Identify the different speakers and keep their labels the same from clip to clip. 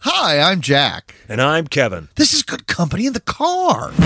Speaker 1: Hi, I'm Jack.
Speaker 2: And I'm Kevin.
Speaker 1: This is good company in the car.
Speaker 3: can't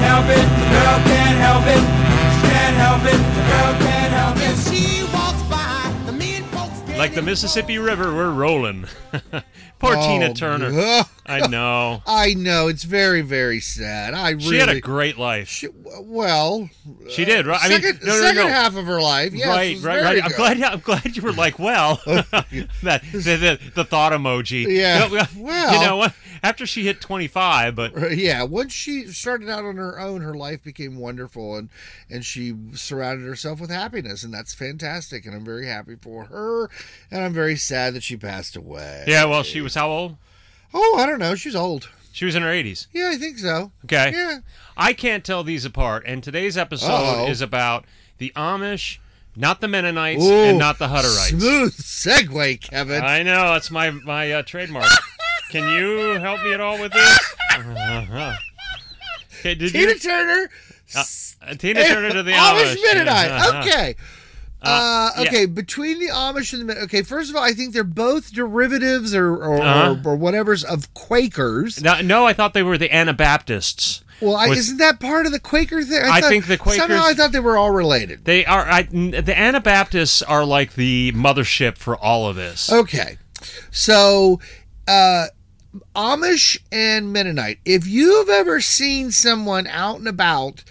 Speaker 3: help it, the girl can't help it. She can't help it, the girl can't help it. She walks by, the mean folks
Speaker 4: Like the Mississippi River, we're rolling. Poor
Speaker 1: Oh,
Speaker 4: Tina Turner.
Speaker 1: God.
Speaker 4: I know.
Speaker 1: I know it's very, very sad. I really.
Speaker 4: She had a great life. She,
Speaker 1: well,
Speaker 4: did, right? I mean,
Speaker 1: second,
Speaker 4: no, no,
Speaker 1: second
Speaker 4: no.
Speaker 1: half of her life. Yes,
Speaker 4: right,
Speaker 1: was
Speaker 4: right,
Speaker 1: very
Speaker 4: right. I'm
Speaker 1: good.
Speaker 4: glad. I'm glad you were like, well, that the, the, the thought emoji.
Speaker 1: Yeah,
Speaker 4: You know,
Speaker 1: well.
Speaker 4: you know what? After she hit 25, but
Speaker 1: Uh, Yeah, once she started out on her own, her life became wonderful, and and she surrounded herself with happiness, and that's fantastic. And I'm very happy for her, and I'm very sad that she passed away.
Speaker 4: yeah, well, she was how old?
Speaker 1: Oh, I don't know. She's old.
Speaker 4: She was in her 80s.
Speaker 1: Yeah, I think so.
Speaker 4: Okay.
Speaker 1: Yeah.
Speaker 4: I can't tell these apart. And today's episode
Speaker 1: Uh-oh.
Speaker 4: is about the Amish, not the Mennonites,
Speaker 1: Ooh,
Speaker 4: and not the Hutterites. Uh,
Speaker 1: Smooth segue, Kevin.
Speaker 4: I know that's my my uh, trademark. Can you help me at all with this? okay, did
Speaker 1: Tina
Speaker 4: you
Speaker 1: Turner.
Speaker 4: uh, Tina Turner to the
Speaker 1: Amish
Speaker 4: Amish? Uh-huh.
Speaker 1: Mennonite. Okay. Uh,
Speaker 4: yeah.
Speaker 1: okay, between the Amish and the Men- okay, first of all, I think they're both derivatives or or,
Speaker 4: Uh-huh.
Speaker 1: or, or whatever's of Quakers.
Speaker 4: No, no, I thought they were the Anabaptists.
Speaker 1: Well, I,
Speaker 4: Was-
Speaker 1: isn't that part of the Quaker thing?
Speaker 4: I think the Quakers-
Speaker 1: somehow I thought they were all related.
Speaker 4: They are I, n- the Anabaptists are like the mothership for all of this.
Speaker 1: Okay, so uh, Amish and Mennonite. If you've ever seen someone out and about,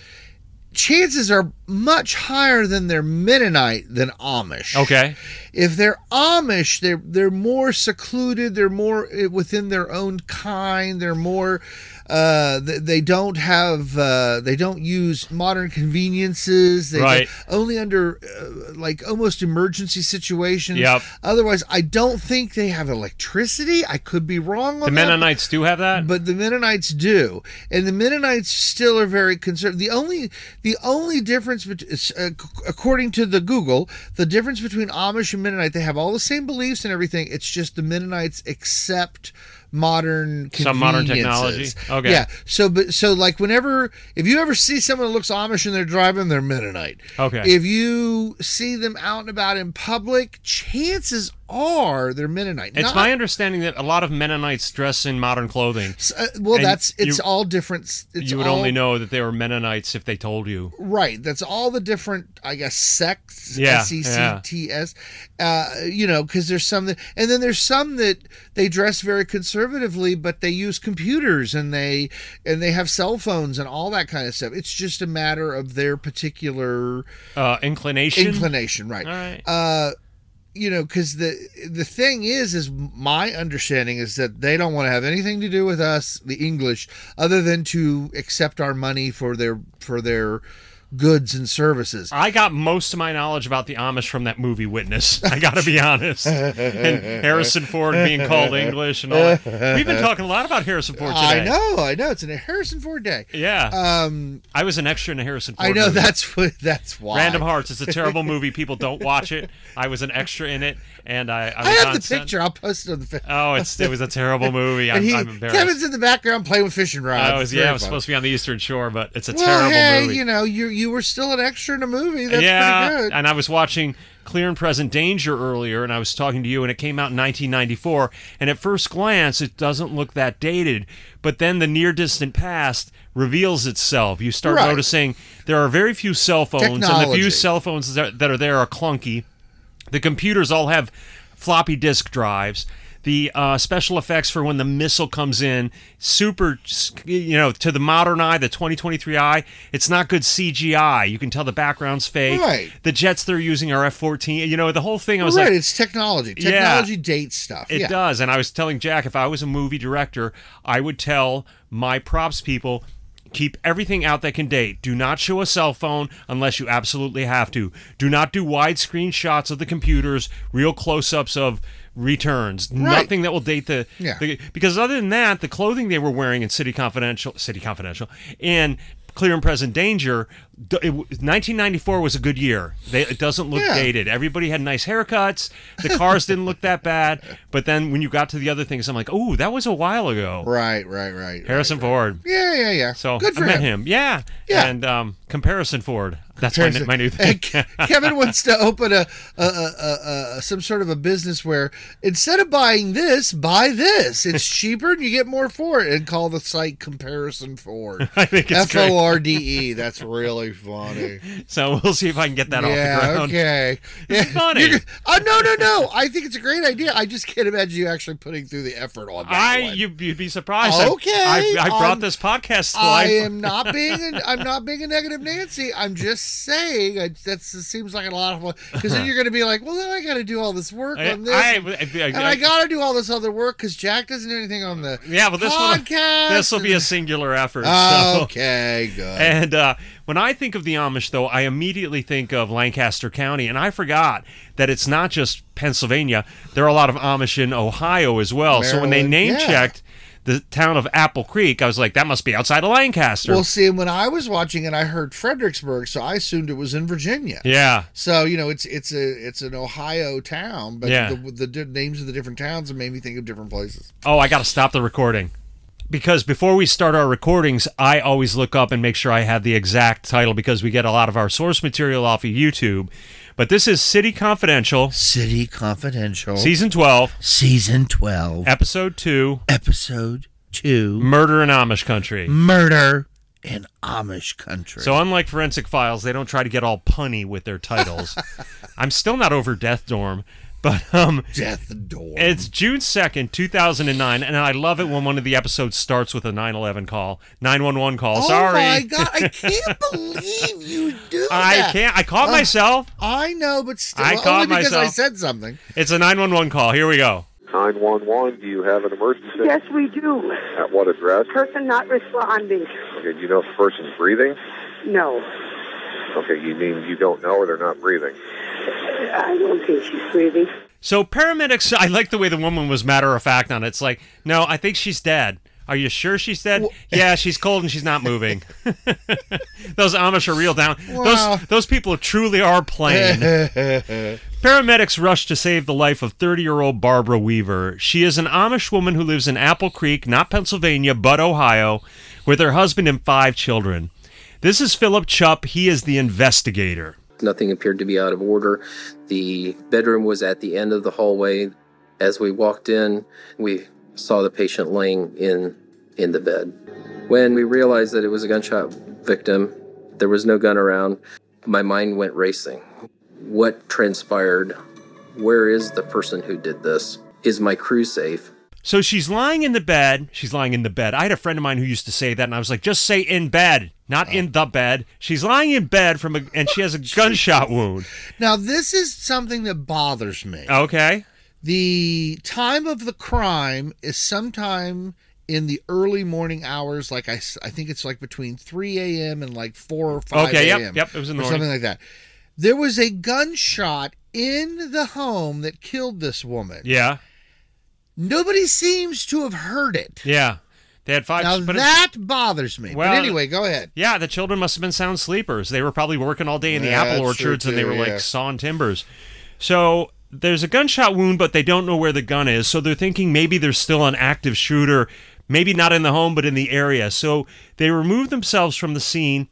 Speaker 1: chances are much higher than they're Mennonite than Amish.
Speaker 4: Okay.
Speaker 1: If they're Amish, they're they're more secluded. They're more uh, within their own kind. They're more. Uh, th- they don't have. Uh, they don't use modern conveniences. They
Speaker 4: Right.
Speaker 1: Only under uh, like almost emergency situations.
Speaker 4: Yep.
Speaker 1: Otherwise, I don't think they have electricity. I could be wrong
Speaker 4: The
Speaker 1: on that.
Speaker 4: Mennonites do have that.
Speaker 1: But the Mennonites do, and the Mennonites still are very conservative. The only the only difference, bet- is, uh, c- according to the Google, the difference between Amish and Mennonite, they have all the same beliefs and everything. It's just the Mennonites accept modern
Speaker 4: Some modern
Speaker 1: conveniences.
Speaker 4: technology? Okay.
Speaker 1: yeah so but so like whenever if you ever see someone that looks amish and they're driving they're mennonite
Speaker 4: Okay.
Speaker 1: if you see them out and about in public chances are they're mennonite
Speaker 4: it's
Speaker 1: Not-
Speaker 4: my understanding that a lot of Mennonites dress in modern clothing.
Speaker 1: S- uh, well,
Speaker 4: And
Speaker 1: that's it's
Speaker 4: you-
Speaker 1: all different. s- It's
Speaker 4: you would
Speaker 1: all-
Speaker 4: only know that they were Mennonites if they told you.
Speaker 1: right. That's all the different, I guess, sects.
Speaker 4: Yeah,
Speaker 1: S E C T S. Uh, you know, because there's some that, and then there's some that they dress very conservatively, but they use computers and they and they have cell phones and all that kind of stuff. It's just a matter of their particular
Speaker 4: Uh, inclination.
Speaker 1: inclination, right?
Speaker 4: all right.
Speaker 1: Uh, you know, because the the thing is, is my understanding is that they don't want to have anything to do with us, the English, other than to accept our money for their for their goods and services.
Speaker 4: I got most of my knowledge about the Amish from that movie Witness. I got to be honest. And Harrison Ford being called English and all that. We've been talking a lot about Harrison Ford today.
Speaker 1: I know, I know. It's an Harrison Ford day.
Speaker 4: Yeah.
Speaker 1: Um,
Speaker 4: I was an extra in a Harrison Ford
Speaker 1: I know
Speaker 4: movie.
Speaker 1: that's what that's why.
Speaker 4: Random Hearts. It's a terrible movie. People don't watch it. I was an extra in it, and I, I was
Speaker 1: I
Speaker 4: on
Speaker 1: have the
Speaker 4: set.
Speaker 1: picture. I'll post it on the. fa-
Speaker 4: Oh, it's, it was a terrible movie. I'm,
Speaker 1: and he,
Speaker 4: I'm embarrassed.
Speaker 1: Kevin's in the background playing with fishing rods.
Speaker 4: I was,
Speaker 1: It's
Speaker 4: yeah,
Speaker 1: very
Speaker 4: I was
Speaker 1: fun.
Speaker 4: supposed to be on the Eastern Shore, but it's a
Speaker 1: Well,
Speaker 4: terrible
Speaker 1: hey,
Speaker 4: movie.
Speaker 1: you know, you you were still an extra in a movie. That's pretty
Speaker 4: yeah,
Speaker 1: good.
Speaker 4: and I was watching Clear and Present Danger earlier, and I was talking to you, and it came out in 1994. And at first glance, it doesn't look that dated, but then the near distant past reveals itself. You start
Speaker 1: Right.
Speaker 4: noticing there are very few cell phones, and the
Speaker 1: Technology.
Speaker 4: few cell phones that that are there are clunky. The computers all have floppy disk drives. The uh, special effects for when the missile comes in, super, you know, to the modern eye, the 2023 eye, it's not good CGI. You can tell the background's fake.
Speaker 1: Right.
Speaker 4: The jets they're using are F-14. You know, the whole thing. I was
Speaker 1: right,
Speaker 4: like,
Speaker 1: it's technology.
Speaker 4: Yeah.
Speaker 1: Technology dates stuff.
Speaker 4: it
Speaker 1: yeah.
Speaker 4: does. And I was telling Jack, if I was a movie director, I would tell my props people. Keep everything out that can date. Do not show a cell phone unless you absolutely have to. Do not do widescreen shots of the computers, real close ups of returns. Nothing that will date the,
Speaker 1: Yeah.
Speaker 4: the. Because other than that, the clothing they were wearing in City Confidential, City Confidential, and Clear and Present Danger, d- it w- 1994 was a good year. They, it doesn't look
Speaker 1: Yeah.
Speaker 4: dated. Everybody had nice haircuts. The cars didn't look that bad. But then when you got to the other things, I'm like, oh, that was a while ago.
Speaker 1: Right, right, right.
Speaker 4: Harrison Ford.
Speaker 1: Yeah, yeah, yeah.
Speaker 4: So
Speaker 1: good for
Speaker 4: I met
Speaker 1: him.
Speaker 4: him. Yeah.
Speaker 1: Yeah.
Speaker 4: And um, comparison Ford. That's my, my new thing.
Speaker 1: And Ke- Kevin wants to open a, a, a, a, a some sort of a business where instead of buying this, buy this. It's cheaper and you get more for it, and call the site Comparison Ford.
Speaker 4: I think it's
Speaker 1: F
Speaker 4: great.
Speaker 1: O R D E. That's really funny.
Speaker 4: So we'll see if I can get that off the
Speaker 1: yeah.
Speaker 4: ground.
Speaker 1: Okay. Yeah.
Speaker 4: funny.
Speaker 1: You're g- Oh no no no! I think it's a great idea. I just can't imagine you actually putting through the effort on that.
Speaker 4: I
Speaker 1: one.
Speaker 4: you, you'd be surprised. I-
Speaker 1: Okay,
Speaker 4: I, I, brought
Speaker 1: I'm-
Speaker 4: this podcast to
Speaker 1: I
Speaker 4: life.
Speaker 1: am not being a, I'm not being a negative Nancy. I'm just saying I, that's it seems like a lot of fun because then you're going to be like, well, then I got to do all this work
Speaker 4: I-
Speaker 1: on this,
Speaker 4: I-
Speaker 1: and
Speaker 4: I-
Speaker 1: I got to do all this other work because Jack doesn't do anything on the
Speaker 4: yeah, but this
Speaker 1: podcast.
Speaker 4: will this will be a singular effort. so.
Speaker 1: Oh, okay, good.
Speaker 4: And uh, when I think of the Amish, though, I immediately think of Lancaster County, and I forgot that it's not just Pennsylvania. There are a lot of Amish in Ohio as well. So when they name
Speaker 1: Maryland, yeah.
Speaker 4: checked the town of Apple Creek, I was like, that must be outside of Lancaster.
Speaker 1: Well, see, and when I was watching and I heard Fredericksburg, so I assumed it was in Virginia.
Speaker 4: yeah,
Speaker 1: So you know, it's it's a it's an Ohio town, but
Speaker 4: Yeah.
Speaker 1: the, the di- names of the different towns have made me think of different places.
Speaker 4: Oh, I got to stop the recording. Because before we start our recordings, I always look up and make sure I have the exact title because we get a lot of our source material off of YouTube. But this is City Confidential,
Speaker 1: City Confidential,
Speaker 4: Season 12,
Speaker 1: season twelve,
Speaker 4: Episode 2
Speaker 1: episode two.
Speaker 4: Murder in Amish Country.
Speaker 1: murder in Amish country.
Speaker 4: So, unlike Forensic Files, they don't try to get all punny with their titles. I'm still not over Death Dorm, but um,
Speaker 1: death door.
Speaker 4: It's June 2nd, 2009, and I love it when one of the episodes starts with a 911 call. 911 call,
Speaker 1: oh
Speaker 4: sorry.
Speaker 1: my god! I can't believe you do that.
Speaker 4: I can't. I caught myself.
Speaker 1: I know, but still,
Speaker 4: I
Speaker 1: only
Speaker 4: caught
Speaker 1: because I
Speaker 4: myself.
Speaker 1: said something.
Speaker 4: It's a 911 call. Here we go.
Speaker 2: 911, do you have an emergency?
Speaker 5: Yes, we do.
Speaker 2: At what address?
Speaker 5: Person not responding.
Speaker 2: Okay, do you know if the person's breathing?
Speaker 5: No,
Speaker 2: Okay, you mean you don't know or they're not breathing?
Speaker 5: I don't think she's breathing.
Speaker 4: So paramedics. I like the way the woman was matter of fact on it. It's like, no, I think she's dead. Are you sure she's dead? yeah, she's cold and she's not moving. those Amish are real down.
Speaker 1: Wow.
Speaker 4: Those those people truly are plain. Paramedics rush to save the life of 30 year old Barbara Weaver. She is an Amish woman who lives in Apple Creek, not Pennsylvania, but Ohio, with her husband and five children. This is Philip Chupp. He is the investigator.
Speaker 6: Nothing appeared to be out of order. The bedroom was at the end of the hallway. As we walked in, we saw the patient laying in in the bed. When we realized that it was a gunshot victim, there was no gun around. My mind went racing. What transpired? Where is the person who did this? Is my crew safe?
Speaker 4: So she's lying in the bed. She's lying in the bed. I had a friend of mine who used to say that, and I was like, just say in bed, not in the bed. She's lying in bed from a, and she has a gunshot wound.
Speaker 1: Now this is something that bothers me.
Speaker 4: Okay.
Speaker 1: The time of the crime is sometime in the early morning hours. Like I, s- I think it's like between three a.m. and like four or five
Speaker 4: Okay, yep,
Speaker 1: a.m.
Speaker 4: yep, it was in the
Speaker 1: or
Speaker 4: morning.
Speaker 1: something like that. There was a gunshot in the home that killed this woman.
Speaker 4: Yeah.
Speaker 1: Nobody seems to have heard it.
Speaker 4: Yeah. They had five.
Speaker 1: now
Speaker 4: but it-
Speaker 1: that bothers me.
Speaker 4: Well,
Speaker 1: but anyway, go ahead.
Speaker 4: yeah, the children must have been sound sleepers. They were probably working all day in the
Speaker 1: Yeah,
Speaker 4: apple
Speaker 1: that's true,
Speaker 4: orchards, and they
Speaker 1: too,
Speaker 4: were
Speaker 1: yeah.
Speaker 4: like sawing timbers. So there's a gunshot wound, but they don't know where the gun is. So they're thinking maybe there's still an active shooter, maybe not in the home, but in the area. So they remove themselves from the scene.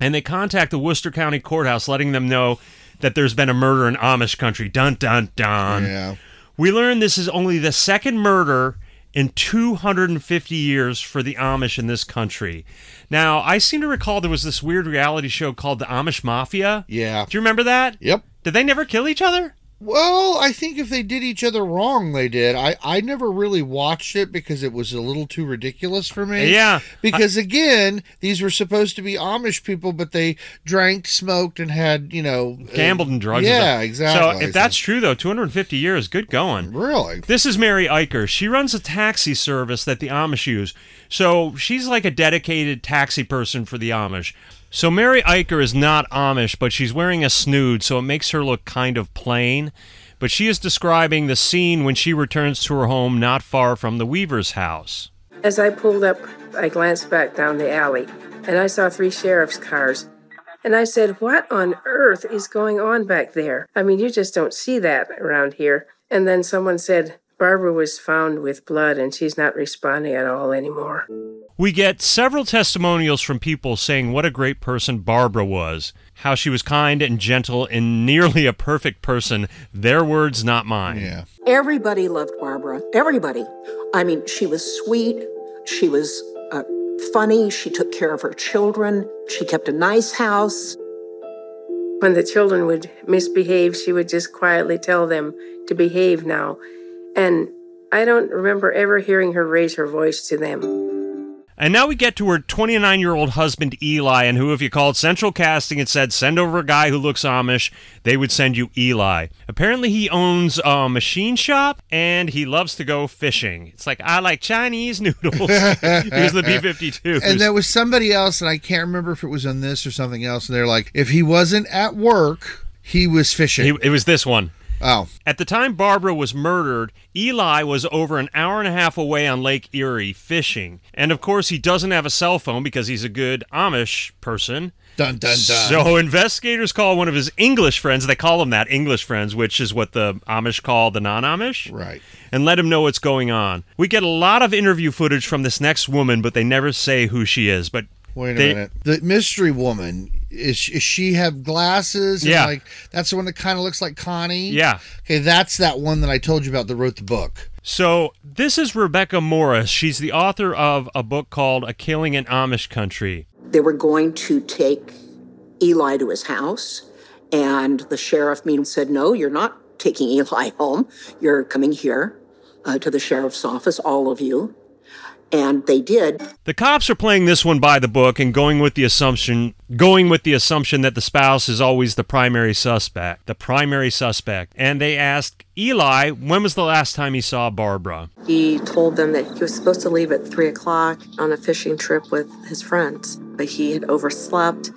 Speaker 4: and they contact the Worcester County Courthouse, letting them know that there's been a murder in Amish country. Dun dun dun.
Speaker 1: Yeah.
Speaker 4: We learn this is only the second murder in 250 years for the Amish in this country. Now, I seem to recall there was this weird reality show called The Amish Mafia.
Speaker 1: Yeah.
Speaker 4: Do you remember that?
Speaker 1: Yep.
Speaker 4: Did they never kill each other?
Speaker 1: Well, I think if they did each other wrong, they did. I, I never really watched it because it was a little too ridiculous for me.
Speaker 4: Yeah.
Speaker 1: Because again, these were supposed to be Amish people, but they drank, smoked, and had you know uh,
Speaker 4: Gambled and drugs. and
Speaker 1: Yeah,
Speaker 4: stuff.
Speaker 1: exactly.
Speaker 4: So if that's true, though, 250 years, good going.
Speaker 1: really
Speaker 4: This is Mary Eicher. She runs a taxi service that the Amish use. So she's like a dedicated taxi person for the Amish. So Mary Eicher is not Amish, but she's wearing a snood, so it makes her look kind of plain. But she is describing the scene when she returns to her home not far from the Weaver's house.
Speaker 7: As I pulled up, I glanced back down the alley and I saw three sheriff's cars. And I said, What on earth is going on back there? I mean, you just don't see that around here. And then someone said, Barbara was found with blood and she's not responding at all anymore.
Speaker 4: We get several testimonials from people saying what a great person Barbara was. how she was kind and gentle and nearly a perfect person. Their words, not mine.
Speaker 1: Yeah.
Speaker 8: Everybody loved Barbara. Everybody. I mean, she was sweet. She was uh, funny. She took care of her children. She kept a nice house.
Speaker 7: When the children would misbehave, she would just quietly tell them to behave now. And I don't remember ever hearing her raise her voice to them.
Speaker 4: And now we get to her 29 year old husband, Eli, and who, if you called Central Casting and said, send over a guy who looks Amish, they would send you Eli. Apparently, he owns a machine shop and he loves to go fishing. It's like, I like Chinese noodles. Here's the B 52.
Speaker 1: And there was somebody else, and I can't remember if it was on this or something else. And they're like, if he wasn't at work, he was fishing.
Speaker 4: It was this one.
Speaker 1: oh,
Speaker 4: At the time Barbara was murdered, Eli was over an hour and a half away on Lake Erie fishing. And of course, he doesn't have a cell phone because he's a good Amish person.
Speaker 1: dun dun dun.
Speaker 4: So investigators call one of his English friends, they call him that, English friends, which is what the Amish call the non Amish,
Speaker 1: right.
Speaker 4: and let him know what's going on. We get a lot of interview footage from this next woman, but they never say who she is. But
Speaker 1: Wait a
Speaker 4: They-
Speaker 1: minute. The mystery woman is she, is she have glasses? and,
Speaker 4: Yeah.
Speaker 1: like that's the one that kind of looks like Connie.
Speaker 4: Yeah.
Speaker 1: Okay, that's that one that I told you about that wrote the book.
Speaker 4: So, this is Rebecca Morris. She's the author of a book called A Killing in Amish Country.
Speaker 8: They were going to take Eli to his house, and the sheriff mean said, "No, you're not taking Eli home. You're coming here uh, to the sheriff's office, all of you." And they did.
Speaker 4: The cops are playing this one by the book and going with the assumption going with the assumption that the spouse is always the primary suspect, the primary suspect. And they ask Eli, when was the last time he saw Barbara?
Speaker 9: He told them that he was supposed to leave at three o'clock on a fishing trip with his friends, but he had overslept.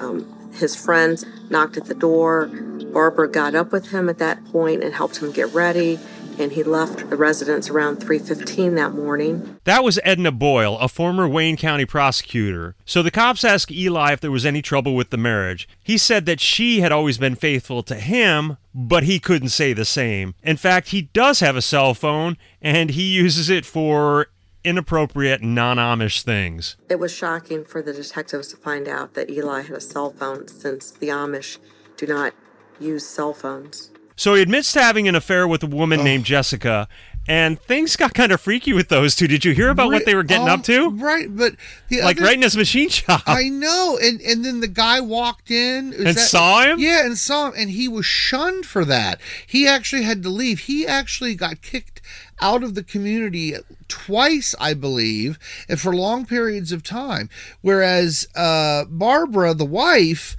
Speaker 9: Um, his friends knocked at the door. Barbara got up with him at that point and helped him get ready, and he left the residence around 3:15 that morning.
Speaker 4: That was Edna Boyle, a former Wayne County prosecutor. So the cops asked Eli if there was any trouble with the marriage. He said that she had always been faithful to him, but he couldn't say the same. In fact, he does have a cell phone and he uses it for inappropriate non-Amish things.
Speaker 9: It was shocking for the detectives to find out that Eli had a cell phone since the Amish do not use cell phones.
Speaker 4: So he admits to having an affair with a woman named Jessica, and things got kind of freaky with those two. Did you hear about what they were getting
Speaker 1: Um,
Speaker 4: up to?
Speaker 1: Right, but the
Speaker 4: Like
Speaker 1: other,
Speaker 4: right in his machine shop.
Speaker 1: I know, and and then the guy walked in was
Speaker 4: And saw him?
Speaker 1: Yeah, and saw him, and he was shunned for that. He actually had to leave. He actually got kicked out of the community twice, I believe, and for long periods of time. Whereas uh, Barbara, the wife.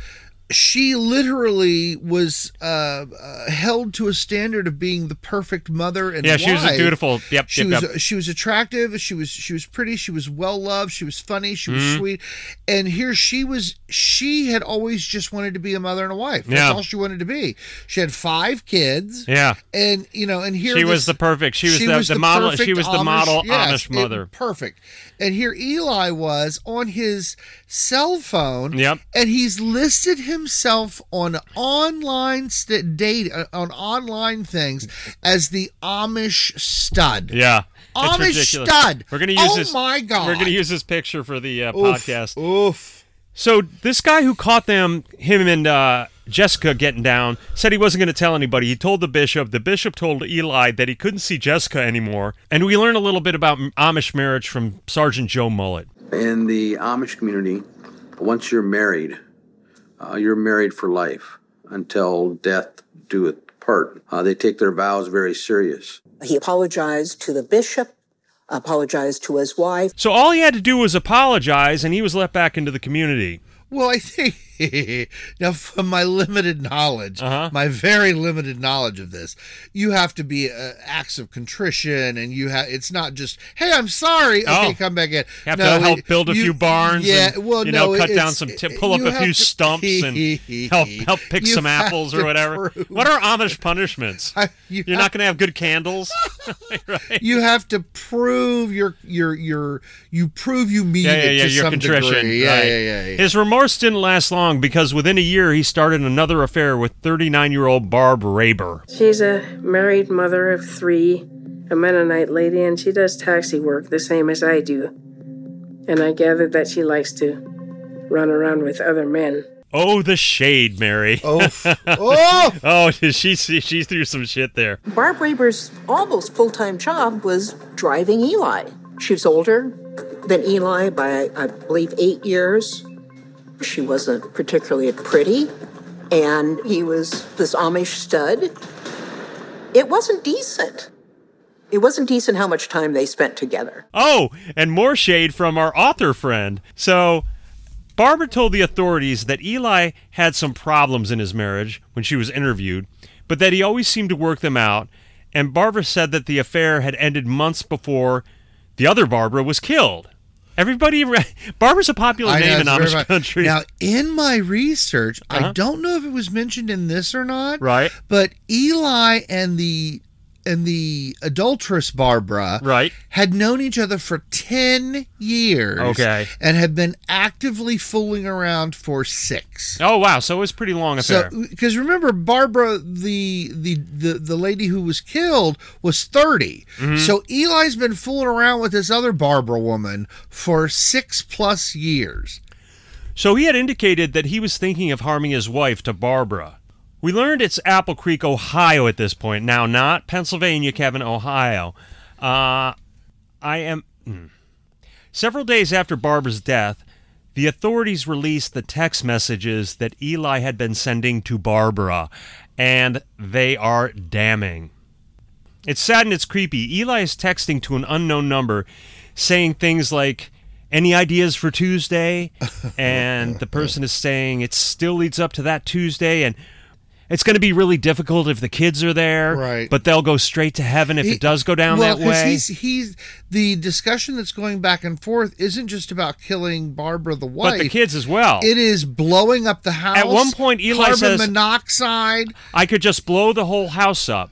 Speaker 1: She literally was uh, uh, held to a standard of being the perfect mother and
Speaker 4: yeah, she was a
Speaker 1: wife
Speaker 4: beautiful. Yep,
Speaker 1: she
Speaker 4: yep,
Speaker 1: was
Speaker 4: yep.
Speaker 1: she was attractive she was she was pretty she was well loved she was funny she
Speaker 4: Mm-hmm.
Speaker 1: was sweet and here she was she had always just wanted to be a mother and a wife that's
Speaker 4: Yeah.
Speaker 1: all she wanted to be she had five kids
Speaker 4: Yeah.
Speaker 1: and you know and here
Speaker 4: She was
Speaker 1: this-
Speaker 4: the perfect- she was the- the model- she
Speaker 1: perfect
Speaker 4: was the model Amish
Speaker 1: it-
Speaker 4: mother.
Speaker 1: perfect and here Eli was on his cell phone
Speaker 4: Yep.
Speaker 1: and he's listed himself on online st- date uh, on online things as the Amish stud
Speaker 4: Yeah. It's
Speaker 1: Amish
Speaker 4: ridiculous.
Speaker 1: stud.
Speaker 4: We're gonna use
Speaker 1: Oh
Speaker 4: this.
Speaker 1: my God.
Speaker 4: We're gonna use this picture for the uh,
Speaker 1: Oof,
Speaker 4: podcast.
Speaker 1: Oof.
Speaker 4: So this guy who caught them, him and uh, Jessica getting down, said he wasn't going to tell anybody. He told the bishop. The bishop told Eli that he couldn't see Jessica anymore. And we learn a little bit about Amish marriage from Sergeant Joe Mullet.
Speaker 10: in the Amish community, once you're married, uh, you're married for life until death doeth part. Uh, they take their vows very serious.
Speaker 8: He apologized to the bishop, apologized to his wife.
Speaker 4: So all he had to do was apologize, and he was let back into the community.
Speaker 1: Well, I think now, from my limited knowledge,
Speaker 4: Uh-huh.
Speaker 1: my very limited knowledge of this, you have to be uh, acts of contrition, and you have. It's not just, "Hey, I'm sorry." Okay,
Speaker 4: Oh.
Speaker 1: come back in.
Speaker 4: You have to help build a
Speaker 1: you-
Speaker 4: few barns.
Speaker 1: Yeah,
Speaker 4: and,
Speaker 1: well,
Speaker 4: you know,
Speaker 1: no,
Speaker 4: cut down
Speaker 1: it's-
Speaker 4: some, t- pull up
Speaker 1: you
Speaker 4: a
Speaker 1: have
Speaker 4: few
Speaker 1: to-
Speaker 4: stumps and help help pick
Speaker 1: You
Speaker 4: some
Speaker 1: have
Speaker 4: apples or
Speaker 1: to
Speaker 4: whatever.
Speaker 1: prove-
Speaker 4: What are Amish punishments?
Speaker 1: I- you
Speaker 4: You're not going to have good candles, right?
Speaker 1: you have to prove your your your you prove you mean
Speaker 4: yeah, yeah,
Speaker 1: it
Speaker 4: yeah,
Speaker 1: to
Speaker 4: your
Speaker 1: some
Speaker 4: contrition.
Speaker 1: degree. Yeah,
Speaker 4: right.
Speaker 1: yeah, yeah, yeah.
Speaker 4: His remorse didn't last long because within a year he started another affair with 39-year-old Barb Raber.
Speaker 7: She's a married mother of three, a Mennonite lady, and she does taxi work the same as I do. And I gathered that she likes to run around with other men.
Speaker 4: Oh, the shade, Mary.
Speaker 1: Oh, f- oh,
Speaker 4: Oh, she she she threw some shit there.
Speaker 8: Barb Reber's almost full time job was driving Eli. She was older than Eli by, I believe, eight years. She wasn't particularly pretty, and he was this Amish stud. It wasn't decent. It wasn't decent how much time they spent together.
Speaker 4: Oh, and more shade from our author friend. So, Barbara told the authorities that Eli had some problems in his marriage when she was interviewed, but that he always seemed to work them out. And Barbara said that the affair had ended months before the other Barbara was killed. Everybody, re- Barbara's a popular
Speaker 1: I know,
Speaker 4: name in
Speaker 1: it's very
Speaker 4: Amish
Speaker 1: fun.
Speaker 4: country.
Speaker 1: Now, in my research, I don't know if it was mentioned in this or not.
Speaker 4: Right.
Speaker 1: But Eli and the and the adulteress Barbara
Speaker 4: Right.
Speaker 1: had known each other for 10 years
Speaker 4: Okay.
Speaker 1: and had been actively fooling around for 6
Speaker 4: oh wow, so it was a pretty long
Speaker 1: so
Speaker 4: affair.
Speaker 1: because remember barbara the, the the the lady who was killed was 30
Speaker 4: Mm-hmm.
Speaker 1: so eli's been fooling around with this other barbara woman for six plus years
Speaker 4: So he had indicated that he was thinking of harming his wife to Barbara. We learned it's Apple Creek, Ohio at this point. Now, not Pennsylvania, Kevin, Ohio. Uh, I am. hmm. Several days after Barbara's death, the authorities released the text messages that Eli had been sending to Barbara, and they are damning. It's sad and it's creepy. Eli is texting to an unknown number saying things like, Any ideas for Tuesday? And the person is saying, It still leads up to that Tuesday. And it's going to be really difficult if the kids are there.
Speaker 1: Right.
Speaker 4: But they'll go straight to heaven if
Speaker 1: He-
Speaker 4: it does go down
Speaker 1: well,
Speaker 4: that
Speaker 1: 'cause
Speaker 4: way.
Speaker 1: He's, he's the discussion that's going back and forth isn't just about killing Barbara the wife,
Speaker 4: but the kids as well.
Speaker 1: It is blowing up the house.
Speaker 4: one point, Eli
Speaker 1: carbon
Speaker 4: says-
Speaker 1: monoxide.
Speaker 4: I could just blow the whole house up.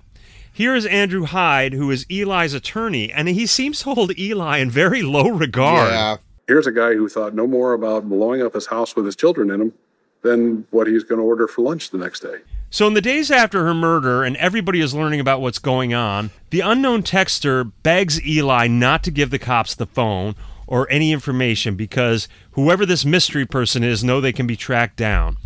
Speaker 4: Here is Andrew Hyde, who is Eli's attorney, and he seems to hold Eli in very low regard.
Speaker 1: Yeah,
Speaker 11: Here's a guy who thought Uh, no more about blowing up his house with his children in him than what he's going to order for lunch the next day.
Speaker 4: So, in the days after her murder, and everybody is learning about what's going on, the unknown texter begs Eli not to give the cops the phone or any information because whoever this mystery person is know they can be tracked down.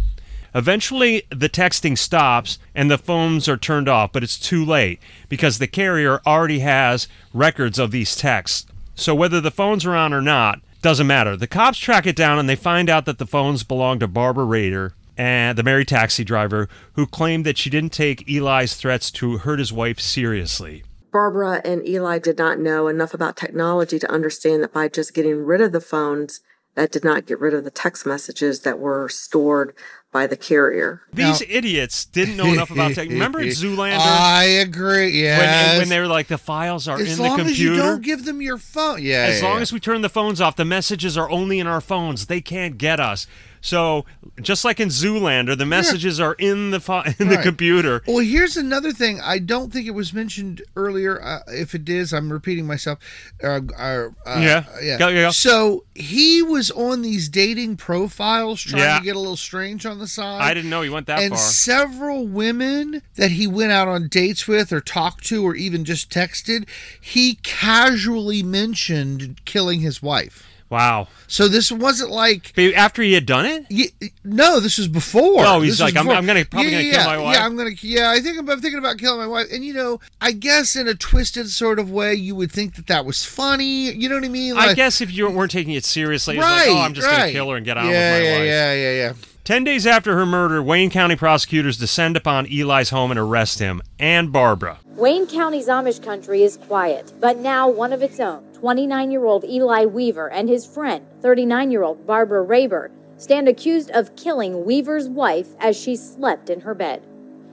Speaker 4: Eventually, the texting stops and the phones are turned off, but it's too late because the carrier already has records of these texts. So, whether the phones are on or not, doesn't matter. The cops track it down and they find out that the phones belong to Barbara Rader, and the married taxi driver, who claimed that she didn't take Eli's threats to hurt his wife seriously.
Speaker 9: Barbara and Eli did not know enough about technology to understand that by just getting rid of the phones, that did not get rid of the text messages that were stored by the carrier.
Speaker 4: These idiots didn't know enough about tech. Remember in Zoolander?
Speaker 1: I agree.
Speaker 4: when,
Speaker 1: Ah, Yes.
Speaker 4: when they were like, the files are
Speaker 1: as
Speaker 4: in the
Speaker 1: long
Speaker 4: computer.
Speaker 1: as you don't give them your phone. Yeah.
Speaker 4: as
Speaker 1: yeah,
Speaker 4: long
Speaker 1: yeah.
Speaker 4: as we turn the phones off, the messages are only in our phones. They can't get us. So just like in Zoolander, the messages are in the fo- in the
Speaker 1: Right.
Speaker 4: computer.
Speaker 1: Well, here's another thing. I don't think it was mentioned earlier. Uh, if it is, I'm repeating myself. Uh, uh, uh,
Speaker 4: Yeah.
Speaker 1: yeah.
Speaker 4: Go, go, go.
Speaker 1: So he was on these dating profiles trying
Speaker 4: Yeah.
Speaker 1: to get a little strange on the side.
Speaker 4: I didn't know he went that
Speaker 1: and
Speaker 4: far.
Speaker 1: several women that he went out on dates with or talked to or even just texted, he casually mentioned killing his wife.
Speaker 4: Wow.
Speaker 1: So this wasn't like
Speaker 4: But after he had done it,
Speaker 1: y- no, this was before.
Speaker 4: No, he's
Speaker 1: This was
Speaker 4: like, I'm-
Speaker 1: before.
Speaker 4: I'm gonna- probably
Speaker 1: yeah,
Speaker 4: gonna
Speaker 1: yeah,
Speaker 4: kill my wife.
Speaker 1: Yeah, I'm gonna. Yeah, I think I'm, I'm thinking about killing my wife. And you know, I guess in a twisted sort of way, you would think that that was funny. You know what I mean?
Speaker 4: I guess if you weren't taking it seriously, it's like, oh, I'm just going to
Speaker 1: right.
Speaker 4: kill her and get on
Speaker 1: yeah,
Speaker 4: with my
Speaker 1: yeah,
Speaker 4: life.
Speaker 1: Yeah, yeah, yeah.
Speaker 4: Ten days after her murder, Wayne County prosecutors descend upon Eli's home and arrest him and Barbara.
Speaker 12: Wayne County's Amish country is quiet, but now one of its own. 29 year old Eli Weaver and his friend, 39 year old Barbara Raber, stand accused of killing Weaver's wife as she slept in her bed.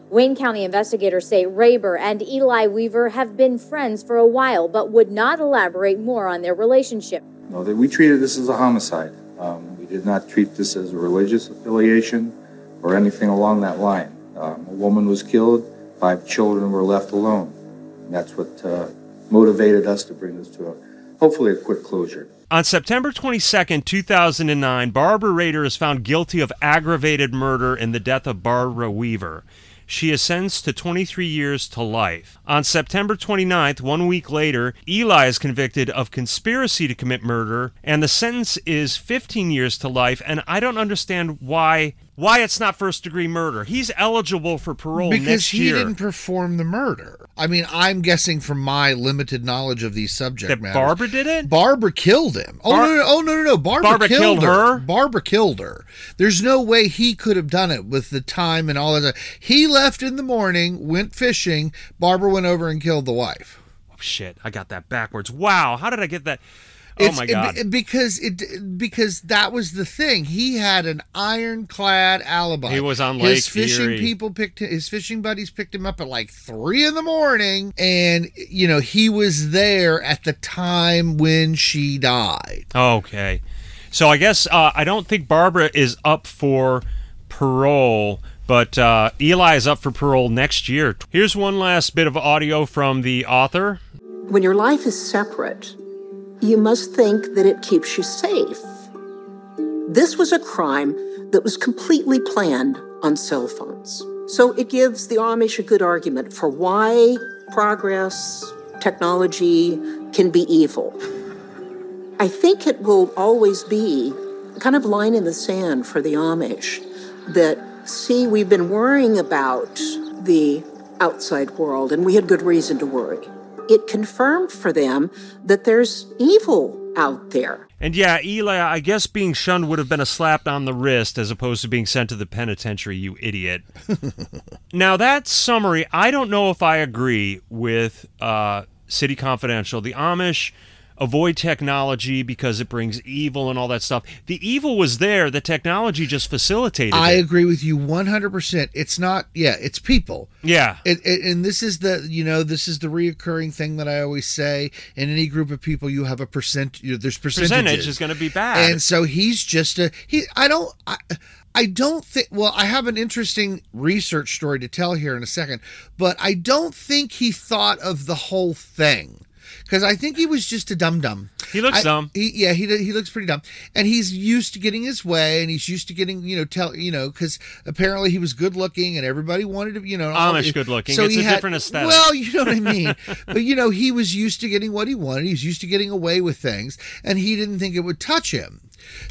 Speaker 12: Wayne County investigators say Raber and Eli Weaver have been friends for a while, but would not elaborate more on their relationship.
Speaker 13: No, that we treated this as a homicide. Um, we did not treat this as a religious affiliation or anything along that line. Um, a woman was killed, five children were left alone. And that's what uh, motivated us to bring this to a hopefully a quick closure.
Speaker 4: On September 22nd, 2009, Barbara Rader is found guilty of aggravated murder in the death of Barbara Weaver. She is sentenced to 23 years to life. On September 29th, one week later, Eli is convicted of conspiracy to commit murder, and the sentence is 15 years to life. And I don't understand why why it's not first degree murder. He's eligible for parole
Speaker 1: because
Speaker 4: next
Speaker 1: he
Speaker 4: year.
Speaker 1: didn't perform the murder. I mean, I'm guessing from my limited knowledge of these subject
Speaker 4: That
Speaker 1: matters.
Speaker 4: Barbara did it.
Speaker 1: Barbara killed him. Oh
Speaker 4: Bar-
Speaker 1: no, no, oh no, no, no. Barbara,
Speaker 4: Barbara
Speaker 1: killed,
Speaker 4: killed
Speaker 1: her.
Speaker 4: her?
Speaker 1: Barbara killed her. There's no way he could have done it with the time and all that. He left in the morning, went fishing. Barbara went over and killed the wife.
Speaker 4: Oh, shit, I got that backwards. Wow, how did I get that? Oh
Speaker 1: It's-
Speaker 4: my
Speaker 1: it-
Speaker 4: god.
Speaker 1: it- because it because that was the thing. He had an ironclad alibi.
Speaker 4: He was on
Speaker 1: his
Speaker 4: Lake
Speaker 1: fishing
Speaker 4: Erie.
Speaker 1: people picked his fishing buddies picked him up at like three in the morning, and you know he was there at the time when she died.
Speaker 4: Okay. So I guess uh, I don't think Barbara is up for parole, but uh, Eli is up for parole next year. Here's one last bit of audio from the author.
Speaker 8: When your life is separate, you must think that it keeps you safe. This was a crime that was completely planned on cell phones. So it gives the Amish a good argument for why progress, technology can be evil. I think it will always be a kind of line in the sand for the Amish that, see, we've been worrying about the outside world and we had good reason to worry. It confirmed for them that there's evil out there.
Speaker 4: And yeah, Eli, I guess being shunned would have been a slap on the wrist as opposed to being sent to the penitentiary, you idiot. now, that summary, I don't know if I agree with uh, City Confidential. The Amish avoid technology because it brings evil and all that stuff. The evil was there, the technology just facilitated
Speaker 1: I
Speaker 4: it.
Speaker 1: agree with you 100%. It's not, yeah, it's people.
Speaker 4: Yeah.
Speaker 1: It, it, and this is the, you know, this is the reoccurring thing that I always say. In any group of people, you have a percent, you know, there's percentages.
Speaker 4: Percentage is going to be bad.
Speaker 1: And so he's just a he. I don't. I, I don't think. Well, I have an interesting research story to tell here in a second, but I don't think he thought of the whole thing because I think he was just a dum dum.
Speaker 4: He looks
Speaker 1: I-
Speaker 4: dumb.
Speaker 1: He, yeah, he he looks pretty dumb, and he's used to getting his way, and he's used to getting you know tell you know because apparently he was good looking, and everybody wanted to you know all-
Speaker 4: Amish good-looking. It's
Speaker 1: he
Speaker 4: a different aesthetic.
Speaker 1: Well, you know what I mean. but you know, he was used to getting what he wanted. He was used to getting away with things, and he didn't think it would touch him.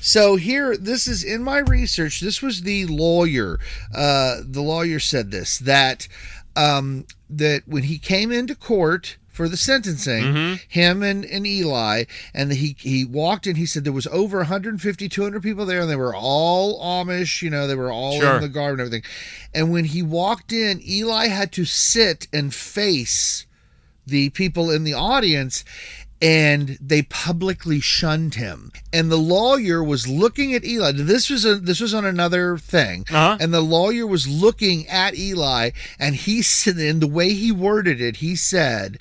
Speaker 1: So here, this is in my research. This was the lawyer. Uh, the lawyer said this that um, that when he came into court for the sentencing, him and, and Eli, and he he walked in. He said there was over 150, 200 people there, and they were all Amish. You know, they were all
Speaker 4: Sure.
Speaker 1: in the garb and everything. And when he walked in, Eli had to sit and face the people in the audience and they publicly shunned him and the lawyer was looking at Eli this was a, this was on another thing and the lawyer was looking at Eli and he said in the way he worded it he said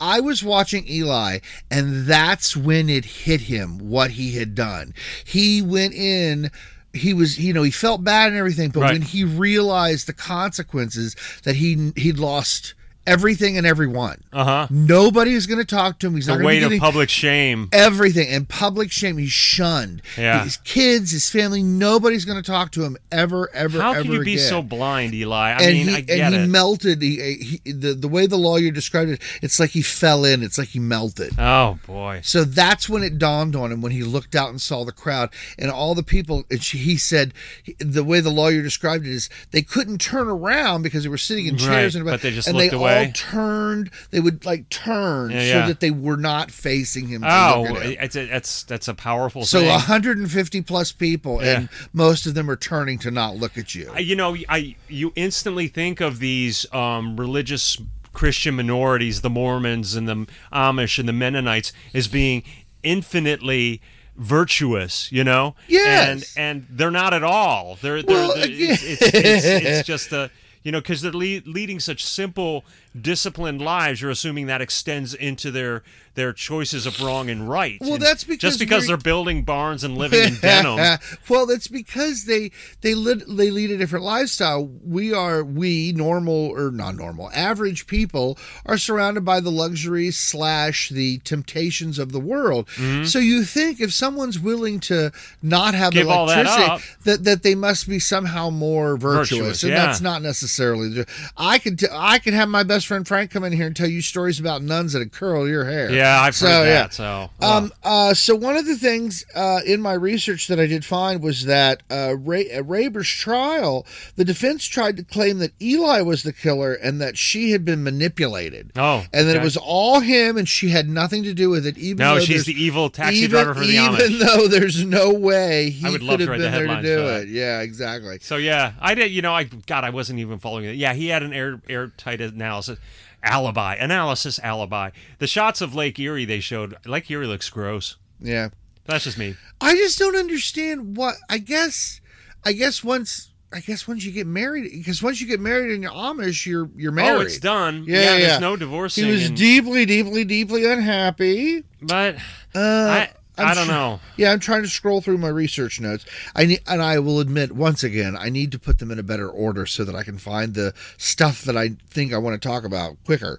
Speaker 1: I was watching Eli, and that's when it hit him what he had done. He went in. He was, you know, he felt bad and everything, but
Speaker 4: Right.
Speaker 1: when he realized the consequences that he he'd lost everything and everyone.
Speaker 4: Uh huh.
Speaker 1: Nobody is going to talk to him. He's
Speaker 4: The
Speaker 1: not going
Speaker 4: weight
Speaker 1: to be
Speaker 4: of
Speaker 1: getting
Speaker 4: public shame.
Speaker 1: everything and public shame. He's shunned.
Speaker 4: Yeah.
Speaker 1: His kids, his family, nobody's going to talk to him ever, ever,
Speaker 4: How
Speaker 1: ever
Speaker 4: can you be
Speaker 1: again
Speaker 4: so blind, Eli? I
Speaker 1: and
Speaker 4: mean,
Speaker 1: he,
Speaker 4: I get
Speaker 1: and he
Speaker 4: it.
Speaker 1: melted. He, he the the way the lawyer described it, it's like he fell in. It's like he melted.
Speaker 4: Oh boy.
Speaker 1: So that's when it dawned on him when he looked out and saw the crowd and all the people. And she, he said, the way the lawyer described it is they couldn't turn around because they were sitting in chairs
Speaker 4: Right,
Speaker 1: and,
Speaker 4: but they just
Speaker 1: and
Speaker 4: looked
Speaker 1: they all
Speaker 4: away.
Speaker 1: turned. They would like turn
Speaker 4: Yeah, yeah.
Speaker 1: so that they were not facing him. to
Speaker 4: Oh,
Speaker 1: look at him.
Speaker 4: it's a, that's that's a powerful
Speaker 1: So uh,
Speaker 4: thing.
Speaker 1: 150 plus people, and most of them are turning to not look at you.
Speaker 4: I- you know, I you instantly think of these um, religious Christian minorities, the Mormons and the Amish and the Mennonites, as being infinitely virtuous. You know,
Speaker 1: Yes.
Speaker 4: and and they're not at all. They're they're,
Speaker 1: Well,
Speaker 4: they're-
Speaker 1: again-
Speaker 4: it's, it's, it's, it's just a you know because they're le- leading such simple, disciplined lives. You're assuming that extends into their their choices of wrong and right.
Speaker 1: Well,
Speaker 4: And
Speaker 1: that's because
Speaker 4: just because
Speaker 1: we're-
Speaker 4: they're building barns and living in denim.
Speaker 1: well, that's because they they live they lead a different lifestyle. We are we normal or not normal, average people are surrounded by the luxuries slash the temptations of the world.
Speaker 3: Mhm.
Speaker 1: So you think if someone's willing to not have
Speaker 3: Give all that
Speaker 1: electricity,
Speaker 3: up.
Speaker 1: that that they must be somehow more virtuous,
Speaker 3: Virtuous,
Speaker 1: and
Speaker 3: yeah.
Speaker 1: that's not necessarily. The, I could t- I could have my best best friend Frank come in here and tell you stories about nuns that curl your hair.
Speaker 4: Yeah, I've heard
Speaker 1: So,
Speaker 4: that.
Speaker 1: yeah.
Speaker 4: So,
Speaker 1: Um, uh, so one of the things uh, in my research that I did find was that uh, Ray, uh, Raber's trial, the defense tried to claim that Eli was the killer and that she had been manipulated.
Speaker 4: Oh,
Speaker 1: and that
Speaker 4: okay.
Speaker 1: it was all him, and she had nothing to do with it. Even
Speaker 4: No,
Speaker 1: though
Speaker 4: she's
Speaker 1: there's-
Speaker 4: the evil taxi
Speaker 1: even-
Speaker 4: driver for the
Speaker 1: even
Speaker 4: Amish.
Speaker 1: though there's no way he
Speaker 4: I would
Speaker 1: could
Speaker 4: love to
Speaker 1: have
Speaker 4: read
Speaker 1: been
Speaker 4: the
Speaker 1: there to
Speaker 4: headlines
Speaker 1: do
Speaker 4: for that.
Speaker 1: it. Yeah, exactly.
Speaker 4: So yeah, I did. You know, I God, I wasn't even following it. Yeah, he had an air airtight analysis, alibi analysis, alibi. The shots of Lake Erie they showed. Lake Erie looks gross.
Speaker 1: Yeah,
Speaker 4: that's just me. Oh,
Speaker 1: I just don't understand what I guess I guess once I guess once you get married because once you get married and you're Amish you're you're married.
Speaker 4: Oh, it's done.
Speaker 1: Yeah,
Speaker 4: Yeah,
Speaker 1: yeah,
Speaker 4: there's
Speaker 1: yeah.
Speaker 4: no divorcing.
Speaker 1: He was
Speaker 4: and-
Speaker 1: deeply deeply deeply unhappy.
Speaker 4: But
Speaker 1: uh,
Speaker 4: I- I
Speaker 1: I'm
Speaker 4: don't
Speaker 1: tr-
Speaker 4: know.
Speaker 1: Yeah, I'm trying to scroll through my research notes. I need, and I will admit once again, I need to put them in a better order so that I can find the stuff that I think I want to talk about quicker.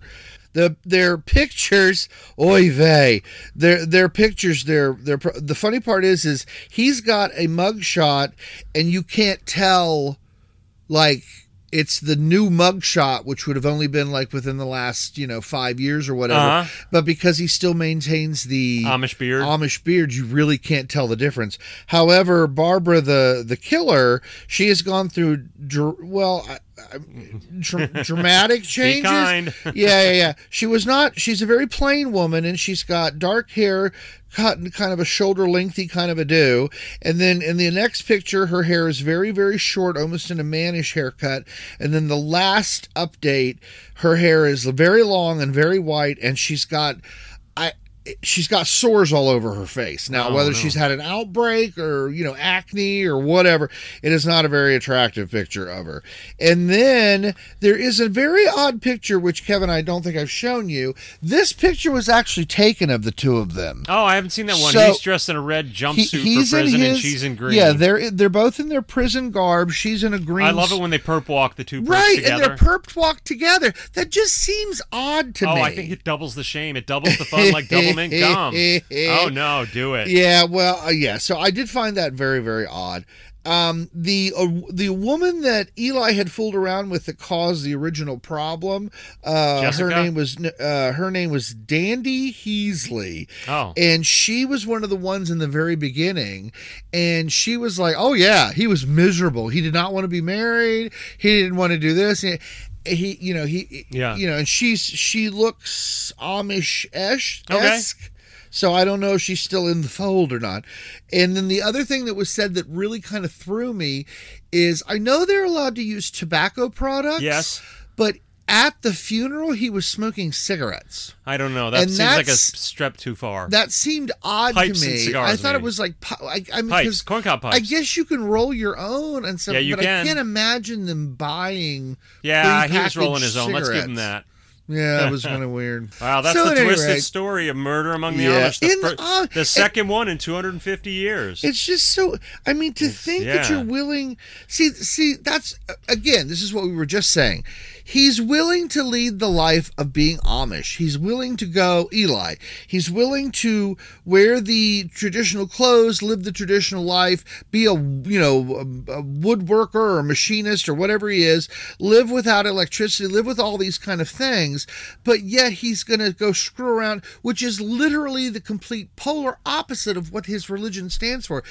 Speaker 1: The their pictures, oy vey. Their their pictures, their their pro- the funny part is is he's got a mugshot and you can't tell like it's the new mugshot, which would have only been like within the last, you know, five years or whatever.
Speaker 4: Uh-huh.
Speaker 1: But because he still maintains the
Speaker 4: Amish beard.
Speaker 1: Amish beard, you really can't tell the difference. However, Barbara, the the killer, she has gone through dr- well, I, I, dr- dramatic
Speaker 4: Be
Speaker 1: changes.
Speaker 4: kind.
Speaker 1: yeah, yeah, yeah. She was not. She's a very plain woman, and she's got dark hair, cut in kind of a shoulder lengthy kind of a do. And then in the next picture, her hair is very, very short, almost in a mannish haircut. And then the last update, her hair is very long and very white, and she's got, I. She's got sores all over her face. Now,
Speaker 4: Oh,
Speaker 1: whether
Speaker 4: no.
Speaker 1: she's had an outbreak or, you know, acne or whatever, it is not a very attractive picture of her. And then there is a very odd picture, which Kevin, I don't think I've shown you. This picture was actually taken of the two of them.
Speaker 4: Oh, I haven't seen that one.
Speaker 1: So-
Speaker 4: he's dressed in a red
Speaker 1: He-
Speaker 4: jumpsuit
Speaker 1: he's
Speaker 4: for
Speaker 1: in
Speaker 4: prison, and
Speaker 1: his-
Speaker 4: she's in green.
Speaker 1: Yeah, they're they're both in their prison garb. She's in a green.
Speaker 4: I love
Speaker 1: s-
Speaker 4: it when they perp walk the two perps
Speaker 1: Right, and
Speaker 4: together.
Speaker 1: they're perped walk together. That just seems odd to
Speaker 4: oh,
Speaker 1: me.
Speaker 4: I think it doubles the shame. It doubles the fun like double mint gum. Oh no, do it.
Speaker 1: Yeah, well, uh, yeah. So I did find that very, very odd. Um, the uh, the woman that Eli had fooled around with that caused the original problem, uh, her
Speaker 4: Jessica?
Speaker 1: name was uh, her name was Dandy Heasley.
Speaker 4: Oh.
Speaker 1: and she was one of the ones in the very beginning, and she was like, "Oh yeah, he was miserable. He did not want to be married. He didn't want to do this." And he, you know, he,
Speaker 4: Yeah.
Speaker 1: you know, and she's she looks Amish esh
Speaker 4: Okay.
Speaker 1: esque. So I don't know if she's still in the fold or not. And then the other thing that was said that really kind of threw me is I know they're allowed to use tobacco products.
Speaker 4: Yes.
Speaker 1: But at the funeral, he was smoking cigarettes.
Speaker 4: I don't know. That
Speaker 1: And
Speaker 4: seems like a
Speaker 1: that's-
Speaker 4: step too far.
Speaker 1: That seemed odd
Speaker 4: Pipes
Speaker 1: to
Speaker 4: and
Speaker 1: me.
Speaker 4: cigars,
Speaker 1: I thought
Speaker 4: maybe.
Speaker 1: it was like pi- I, I mean,
Speaker 4: pipes,
Speaker 1: 'cause
Speaker 4: corncob pipes.
Speaker 1: I guess you can roll your own and stuff,
Speaker 4: Yeah, you
Speaker 1: but
Speaker 4: can.
Speaker 1: I can't imagine them buying.
Speaker 4: yeah, he was rolling
Speaker 1: prepackaged
Speaker 4: his own. Let's give him that.
Speaker 1: cigarettes. Yeah, it was kind of weird.
Speaker 4: Wow, that's
Speaker 1: So
Speaker 4: the
Speaker 1: at any
Speaker 4: twisted
Speaker 1: rate-
Speaker 4: story of murder among the
Speaker 1: Yeah.
Speaker 4: Amish. The,
Speaker 1: In the-
Speaker 4: fir-
Speaker 1: oh,
Speaker 4: the
Speaker 1: it-
Speaker 4: second one in 250 years.
Speaker 1: It's just so. I mean, to think that
Speaker 4: yeah.
Speaker 1: you're willing. See, see, that's again. This is what we were just saying. He's willing to lead the life of being Amish. He's willing to go Eli. He's willing to wear the traditional clothes, live the traditional life, be a you know a, a woodworker or a machinist or whatever he is, live without electricity, live with all these kind of things. But yet he's going to go screw around, which is literally the complete polar opposite of what his religion stands for.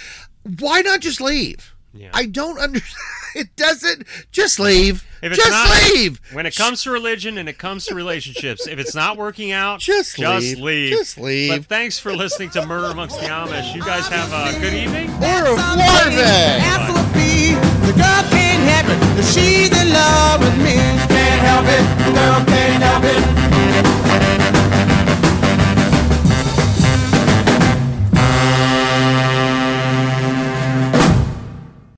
Speaker 1: Why not just leave? I don't understand. It doesn't. Just leave.
Speaker 4: If it's
Speaker 1: just
Speaker 4: not,
Speaker 1: leave.
Speaker 4: When it comes to religion and it comes to relationships, if it's not working out,
Speaker 1: Just
Speaker 4: just
Speaker 1: leave.
Speaker 4: leave.
Speaker 1: Just leave.
Speaker 4: But thanks for listening to Murder Amongst the Amish. You guys have a good evening.
Speaker 1: Or a
Speaker 3: Answer would be the girl can't help it. that She's in love with me. Can't help it. The girl can't help it.